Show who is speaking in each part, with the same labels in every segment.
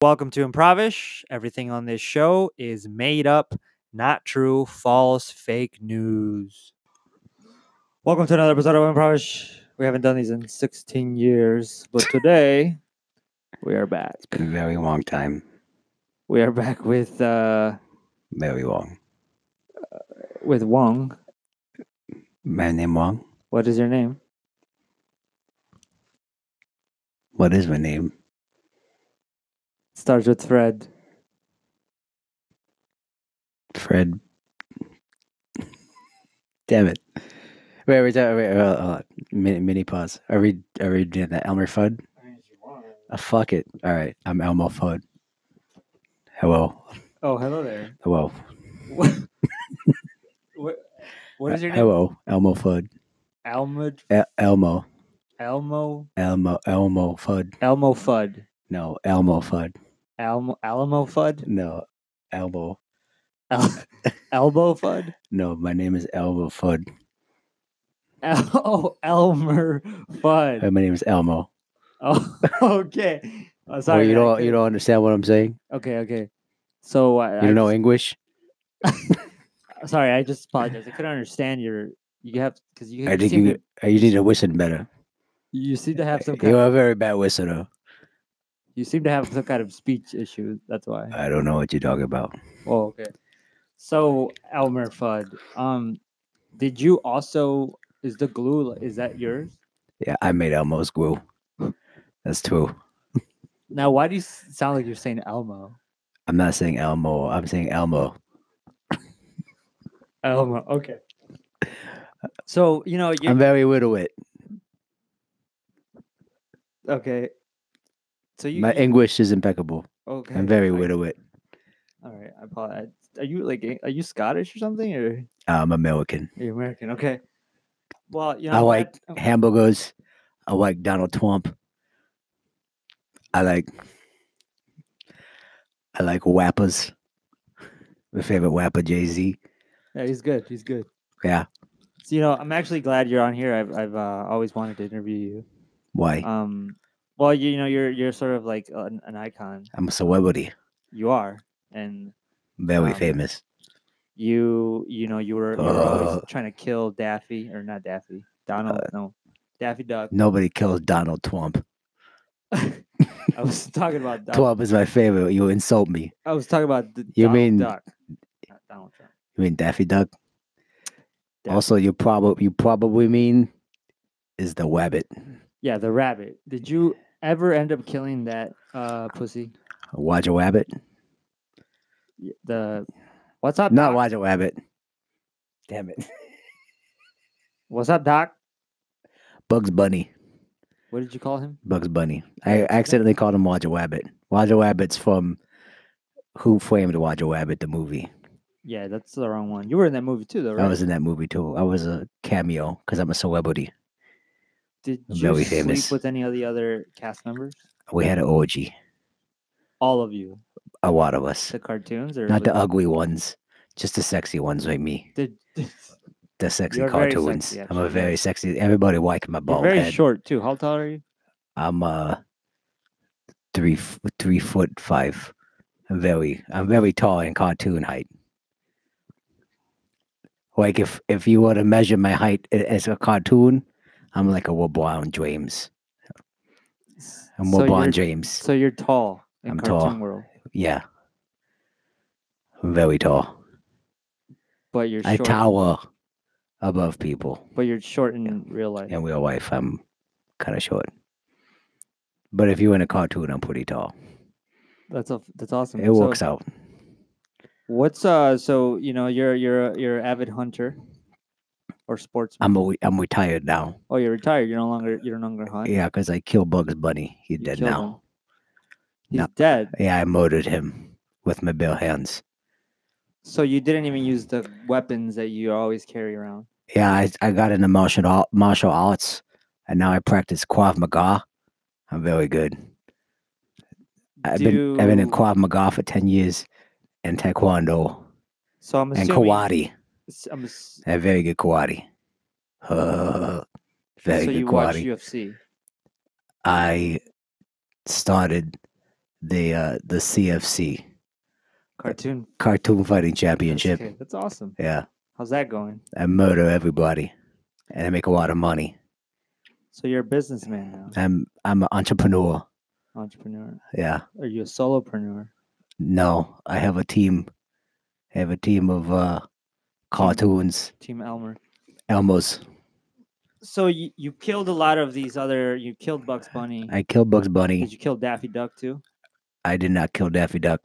Speaker 1: Welcome to Improvish. Everything on this show is made up, not true, false, fake news. Welcome to another episode of Improvish. We haven't done these in 16 years, but today we are back.
Speaker 2: Been a very long time.
Speaker 1: We are back with uh
Speaker 2: Very long.
Speaker 1: with Wong.
Speaker 2: My name Wong.
Speaker 1: What is your name?
Speaker 2: What is my name?
Speaker 1: Starts with Fred.
Speaker 2: Fred. Damn it. Wait, wait, wait, wait hold on, hold on. Mini, mini pause. Are we are we doing that Elmer Fudd? Uh, fuck it. All right, I'm Elmo Fudd. Hello,
Speaker 1: Oh, hello there.
Speaker 2: hello.
Speaker 1: What, what, what is your name?
Speaker 2: Hello, Elmo Fudd. E,
Speaker 1: Elmo
Speaker 2: El- Elmo,
Speaker 1: Elmo
Speaker 2: Elmo, Elmo Fudd.
Speaker 1: Elmo Fudd.
Speaker 2: No, Elmo Fudd.
Speaker 1: Almo Alamo Fudd?
Speaker 2: No, Elmo.
Speaker 1: El- Elbow Fudd?
Speaker 2: No, my name is Elmo Fudd.
Speaker 1: El- oh, Elmer
Speaker 2: Uh,
Speaker 1: Fudd.
Speaker 2: My name is Elmo.
Speaker 1: Oh, okay. Oh,
Speaker 2: Oh,
Speaker 1: sorry. I
Speaker 2: you don't you
Speaker 1: couldn't-
Speaker 2: don't understand what I'm saying?
Speaker 1: Okay, okay. So uh,
Speaker 2: You don't know English?
Speaker 1: Sorry, I just apologize. I couldn't understand your. You have because you.
Speaker 2: I think
Speaker 1: seem
Speaker 2: you
Speaker 1: to-
Speaker 2: uh, you need to listen better.
Speaker 1: you seem to have some. Kind
Speaker 2: You
Speaker 1: of,
Speaker 2: are a very bad listener.
Speaker 1: you seem to have some kind of speech issue. That's why.
Speaker 2: I don't know what you're talking about.
Speaker 1: Oh, okay. So Elmer Fudd, um, did you also? Is the glue? Is that yours?
Speaker 2: Yeah, I made Elmo's glue. That's true.
Speaker 1: Now, why do you s- sound like you're saying Elmo?
Speaker 2: I'm not saying Elmo. I'm saying Elmo.
Speaker 1: Elmo. Okay. So you know you
Speaker 2: I'm very little wit.
Speaker 1: okay. So you
Speaker 2: My
Speaker 1: you-
Speaker 2: English is impeccable.
Speaker 1: okay.
Speaker 2: I'm very
Speaker 1: I-
Speaker 2: little wit.
Speaker 1: All right, I apologize. Are you like Eng- are you Scottish or something or
Speaker 2: I'm American.
Speaker 1: are you American? Okay. Well, you know Oh,
Speaker 2: I
Speaker 1: I'm glad-
Speaker 2: like
Speaker 1: I'm-
Speaker 2: hamburgers. I like Donald Trump. I like I like wappers. My favorite wapper, Jay Z.
Speaker 1: Yeah, he's good. He's good.
Speaker 2: Yeah.
Speaker 1: So you know, I'm actually glad you're on here. I've I've uh, always wanted to interview
Speaker 2: Why?
Speaker 1: you. Um, well, you know, you're you're sort of like an, an icon.
Speaker 2: I'm a celebrity.
Speaker 1: You are, and
Speaker 2: Very
Speaker 1: Um,
Speaker 2: famous.
Speaker 1: you you know you were, you were always
Speaker 2: Uh.
Speaker 1: trying to kill Daffy or not Daffy Donald no Daffy Duck.
Speaker 2: Nobody kills Donald Trump.
Speaker 1: I was talking about Donald.
Speaker 2: Trump is my favorite. You insult me.
Speaker 1: I was talking about the
Speaker 2: You
Speaker 1: Donald
Speaker 2: mean
Speaker 1: Duck, not Donald Trump.
Speaker 2: You mean Daffy Duck?
Speaker 1: Daffy
Speaker 2: Also, you probably you probably mean is the wabbit.
Speaker 1: Yeah, the rabbit. Did you ever end up killing that uh pussy?
Speaker 2: Watch a wabbit?
Speaker 1: Y- The what's up?
Speaker 2: Not
Speaker 1: doc?
Speaker 2: watch a wabbit. Damn it.
Speaker 1: What's up, Doc?
Speaker 2: Bugs Bunny.
Speaker 1: What did you call him?
Speaker 2: Bugs Bunny.
Speaker 1: Yeah,
Speaker 2: I
Speaker 1: it's-
Speaker 2: accidentally called him Watch a Wabbit. Watch a Wabbit's from Who Framed Watch a Wabbit, the movie.
Speaker 1: Yeah, that's the wrong one. You were in that movie too, though, right?
Speaker 2: I was in that movie too. I was a cameo because I'm a celebrity.
Speaker 1: Did
Speaker 2: I'm
Speaker 1: you
Speaker 2: very
Speaker 1: sleep
Speaker 2: famous.
Speaker 1: with any of the other cast members?
Speaker 2: We had an orgy.
Speaker 1: All of you.
Speaker 2: A lot of us.
Speaker 1: The cartoons or
Speaker 2: Not the
Speaker 1: was-
Speaker 2: ugly ones, just the sexy ones like me.
Speaker 1: did,
Speaker 2: The sexy
Speaker 1: You're very sexy,
Speaker 2: cartoons. I'm
Speaker 1: actually, yeah.
Speaker 2: a very sexy. Everybody like my
Speaker 1: You're
Speaker 2: bald
Speaker 1: very
Speaker 2: head.
Speaker 1: short too. How tall are you?
Speaker 2: I'm uh three f- three foot five. I'm very I'm very tall in cartoon height. Like if if you were to measure my height a- as a cartoon, I'm like a LeBron James.
Speaker 1: S-
Speaker 2: I'm
Speaker 1: so
Speaker 2: LeBron
Speaker 1: you're,
Speaker 2: James.
Speaker 1: So you're tall in
Speaker 2: I'm
Speaker 1: cartoon
Speaker 2: tall.
Speaker 1: world,
Speaker 2: Yeah. I'm very tall.
Speaker 1: but you're
Speaker 2: I
Speaker 1: short.
Speaker 2: tower above people.
Speaker 1: But you're short in real life.
Speaker 2: In real life, I'm kind of short. But if you're in a cartoon, I'm pretty tall.
Speaker 1: That's a, that's awesome.
Speaker 2: It
Speaker 1: Mm-hmm. So-
Speaker 2: works out.
Speaker 1: What's uh so you know you're you're a- you're an avid hunter or sportsman.
Speaker 2: I'm a, I'm retired now.
Speaker 1: oh, you're retired. You're no longer you're no longer hunting.
Speaker 2: Yeah, because I killed Bugs Bunny. He's
Speaker 1: You
Speaker 2: dead
Speaker 1: killed
Speaker 2: now.
Speaker 1: He's
Speaker 2: No.
Speaker 1: dead.
Speaker 2: Yeah, I murdered him with my bare hands.
Speaker 1: So you didn't even use the weapons that you always carry around.
Speaker 2: Yeah, I, I got into martial ar- martial arts, and now I practice Krav Maga. I'm very good. I've been I've been in
Speaker 1: Do-
Speaker 2: Krav Maga for ten years, and Taekwondo
Speaker 1: So I'm
Speaker 2: and
Speaker 1: assuming
Speaker 2: Karate.
Speaker 1: s- I'm ass-
Speaker 2: I have very good Karate. Uh, very
Speaker 1: so
Speaker 2: good
Speaker 1: you watch
Speaker 2: Karate.
Speaker 1: UFC.
Speaker 2: I started the uh, the CFC
Speaker 1: Cartoon
Speaker 2: Cartoon Fighting
Speaker 1: That's
Speaker 2: Championship.
Speaker 1: okay. That's awesome.
Speaker 2: Yeah,
Speaker 1: How's that going?
Speaker 2: I murder everybody, and I make a lot of money.
Speaker 1: So you're a businessman
Speaker 2: I'm I'm an entrepreneur.
Speaker 1: now, entrepreneur.
Speaker 2: Yeah,
Speaker 1: Are you a solopreneur?
Speaker 2: no, I have a team. I have a team of uh, cartoons,
Speaker 1: Team Elmer.
Speaker 2: Elmos.
Speaker 1: So you, you killed a lot of these other. You killed Bugs Bunny.
Speaker 2: I killed Bugs
Speaker 1: Did
Speaker 2: Bunny.
Speaker 1: you kill Daffy Duck too?
Speaker 2: I did not kill Daffy Duck.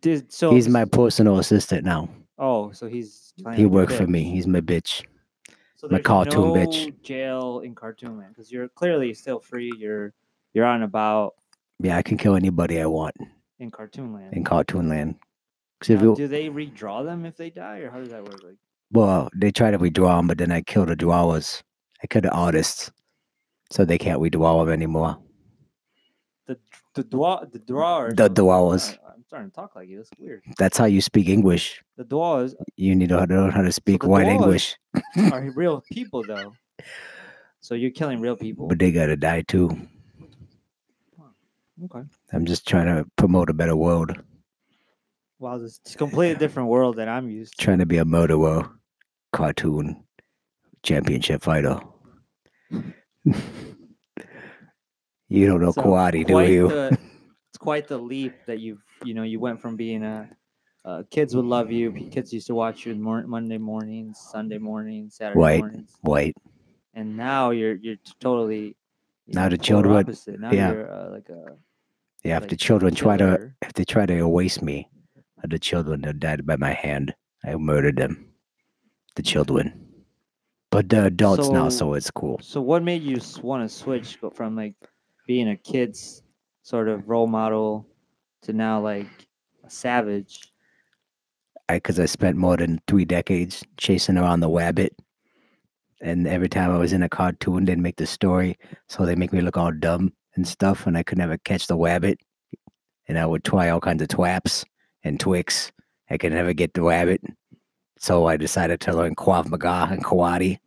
Speaker 1: Did so?
Speaker 2: He's my personal assistant now.
Speaker 1: Oh, so he's. playing
Speaker 2: He
Speaker 1: with
Speaker 2: worked for
Speaker 1: pigs.
Speaker 2: me. He's my bitch.
Speaker 1: So
Speaker 2: my
Speaker 1: there's no
Speaker 2: cartoon bitch.
Speaker 1: Jail in Cartoon Land because you're clearly still free. You're you're on about
Speaker 2: Yeah, I can kill anybody I want
Speaker 1: in Cartoon Land.
Speaker 2: in Cartoon Land. 'Cause if
Speaker 1: Now,
Speaker 2: you-
Speaker 1: do they redraw them if they die, or how does that work? Like,
Speaker 2: Well, they try to redraw them, but then I kill the drawers. I kill the artists, so they can't redraw them anymore.
Speaker 1: the the draw the drawers.
Speaker 2: The drawers.
Speaker 1: I- I'm starting to talk like you. That's weird.
Speaker 2: That's how you speak English.
Speaker 1: The drawers
Speaker 2: You need to learn how to speak
Speaker 1: the
Speaker 2: white
Speaker 1: drawers-
Speaker 2: English,
Speaker 1: are real people, though. So you're killing real people.
Speaker 2: but they gotta die too.
Speaker 1: Okay.
Speaker 2: I'm just trying to promote a better world.
Speaker 1: Wow, this is a completely different world than I'm used to.
Speaker 2: Trying to be a murderer, cartoon championship fighter. you don't know
Speaker 1: So, uh,
Speaker 2: karate, do
Speaker 1: quite
Speaker 2: you?
Speaker 1: the- it's quite the leap that you've, you know, you went from being a, uh, kids would love you. p- Kids used to watch you in mor- Monday mornings, Sunday mornings, Saturday
Speaker 2: Right.
Speaker 1: mornings,
Speaker 2: White.
Speaker 1: and now you're you're t- totally. you
Speaker 2: Now
Speaker 1: know,
Speaker 2: the
Speaker 1: polar
Speaker 2: children-
Speaker 1: opposite. Now
Speaker 2: yeah.
Speaker 1: you're uh, like a
Speaker 2: Yeah, if
Speaker 1: like
Speaker 2: the children try to
Speaker 1: killer.
Speaker 2: if they try to erase me, uh, the children that died by my hand, I murdered them. The children. But the adults now,
Speaker 1: So-
Speaker 2: so it's cool.
Speaker 1: So what made you want to switch go- from like being a kid's sort of role model to now like a savage?
Speaker 2: Because I, spent more than three decades chasing around the wabbit. And every time I was in a cartoon, they'd make the story. So they make me look all dumb and stuff. And I could never catch the wabbit. And I would try all kinds of twaps and twicks. I could never get the wabbit. So I decided to learn Krav Maga and karate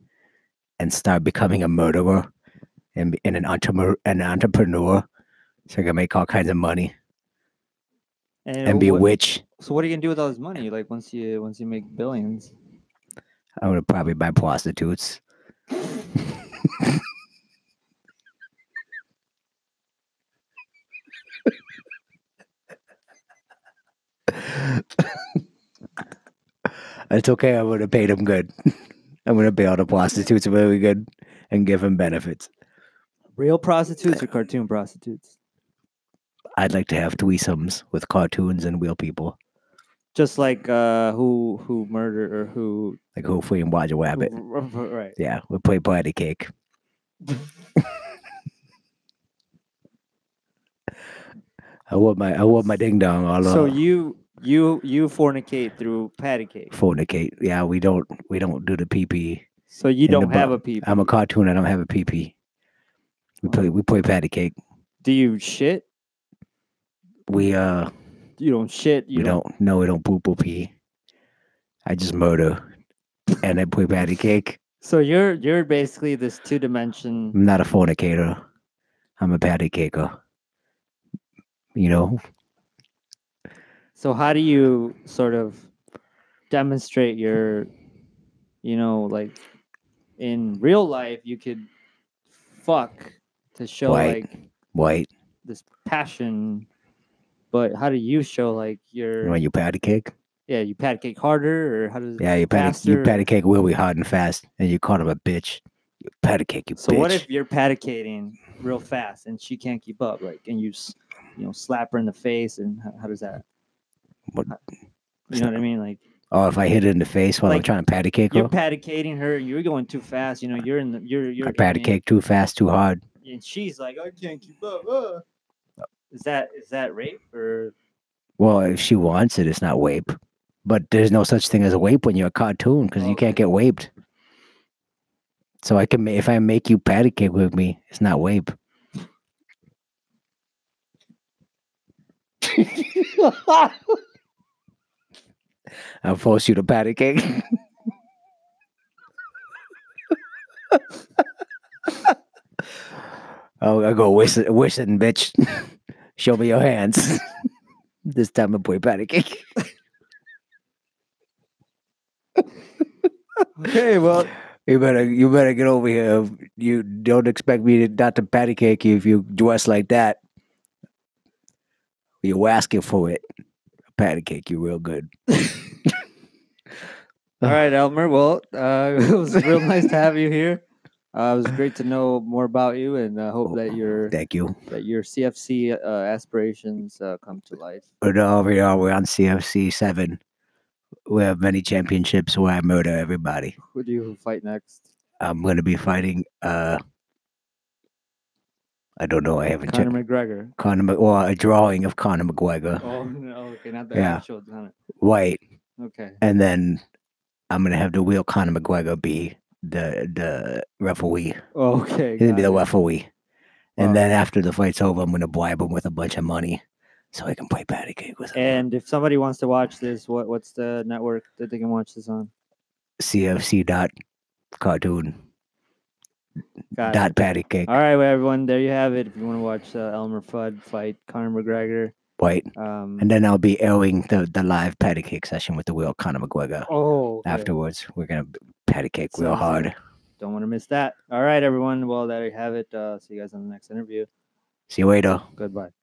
Speaker 2: and start becoming a murderer and, be- and an, entrepreneur, an entrepreneur. So I can make all kinds of money and be a
Speaker 1: what-
Speaker 2: witch.
Speaker 1: So what are you gonna do with all this money? Like once you once you make billions,
Speaker 2: I would probably buy prostitutes. it's okay. I'm gonna pay them good. I'm gonna pay all the prostitutes really good and give them benefits.
Speaker 1: real prostitutes or cartoon prostitutes?
Speaker 2: I'd like to have threesomes with cartoons and real people,
Speaker 1: Just like uh, who who murdered or who?
Speaker 2: like Hopefully and Roger
Speaker 1: who-
Speaker 2: Rabbit.
Speaker 1: r- r- right.
Speaker 2: Yeah, we play party cake. I want my I want my ding dong all
Speaker 1: So
Speaker 2: over.
Speaker 1: you you you fornicate through patty cake.
Speaker 2: fornicate. Yeah, we don't we don't do the pee pee.
Speaker 1: So you
Speaker 2: In the
Speaker 1: don't have
Speaker 2: bu-
Speaker 1: a pee.
Speaker 2: I'm a cartoon. I don't have a pee pee. We play we play patty cake.
Speaker 1: Do you shit?
Speaker 2: We uh
Speaker 1: You don't shit. You
Speaker 2: we don't, no we don't poop or pee. I just murder and I play patty cake.
Speaker 1: So you're you're basically this two dimension.
Speaker 2: I'm not a fornicator. I'm a patty caker. You know,
Speaker 1: So how do you sort of demonstrate your, you know, like in real life you could fuck to show
Speaker 2: Right.
Speaker 1: like
Speaker 2: white.
Speaker 1: this passion, but how do you show like
Speaker 2: You
Speaker 1: your
Speaker 2: want your patty cake?
Speaker 1: yeah you pat cake harder or how does
Speaker 2: Yeah, you patty you
Speaker 1: faster.
Speaker 2: patty cake really hard and fast and you called him a bitch. You patty cake, you
Speaker 1: so
Speaker 2: bitch.
Speaker 1: what if you're paticating real fast and she can't keep up like and you s- you know slap her in the face and how, how does that
Speaker 2: What-
Speaker 1: how- you know what I mean like
Speaker 2: oh, if I hit it in the face while I'm
Speaker 1: Like,
Speaker 2: trying to patty cake her?
Speaker 1: you're paticating her you're going too fast you know you're in the you're you're
Speaker 2: I patty
Speaker 1: in-
Speaker 2: cake too fast, too hard.
Speaker 1: and she's like, I can't keep up. uh." Is that is that rape or
Speaker 2: Well, if she wants it, it's not wape. But there's no such thing as a wape when you're a cartoon because you can't
Speaker 1: Okay.
Speaker 2: get waped. So I can, ma- if I make you patty cake with me, it's not wape. I'll force you to patty cake. I'll, I'll go whistling, whistling, bitch. Show me your hands. this time, a boy panicking.
Speaker 1: Okay, well,
Speaker 2: You better, you better get over here. You don't expect me to not to patty cake you if you dress like that. You asking for it. Patty cake you real good.
Speaker 1: all right, Elmer. Well, uh, it was real nice to have you here. Uh, it was great to know more about you, and I hope
Speaker 2: Oh,
Speaker 1: that your
Speaker 2: Thank you.
Speaker 1: that your CFC uh, aspirations uh, come to life.
Speaker 2: But now we are. We're on CFC seven. We have many championships where I murder everybody.
Speaker 1: Who do you fight next?
Speaker 2: I'm gonna be fighting. uh I don't know. I haven't
Speaker 1: Conor
Speaker 2: checked.
Speaker 1: McGregor.
Speaker 2: Conor, Mc- or a drawing of Conor McGregor,
Speaker 1: Oh no, okay, not the
Speaker 2: Uh, Yeah.
Speaker 1: actual Conor.
Speaker 2: white,
Speaker 1: Okay,
Speaker 2: and then I'm gonna have the real Conor McGregor be the the referee.
Speaker 1: okay.
Speaker 2: He's gonna be
Speaker 1: got
Speaker 2: the
Speaker 1: it.
Speaker 2: referee,
Speaker 1: Wow.
Speaker 2: and then after the fight's over, I'm gonna bribe him with a bunch of money, so I can play patty cake with him.
Speaker 1: And if somebody wants to watch this, what what's the network that they can watch this on?
Speaker 2: CFC dot cartoon
Speaker 1: Got it. Uh,
Speaker 2: dot patty cake
Speaker 1: All right, well, everyone, there you have it. If you want to watch uh, Elmer Fudd fight Conor McGregor,
Speaker 2: white.
Speaker 1: um,
Speaker 2: And then I'll be airing the, the live patty cake session with the real Conor McGregor.
Speaker 1: oh, okay.
Speaker 2: Afterwards, we're gonna b- patty cake real
Speaker 1: Sounds good.
Speaker 2: hard.
Speaker 1: don't want to miss that. All right, everyone, well, there you have it. Uh, see you guys on the next interview.
Speaker 2: See you later.
Speaker 1: Goodbye.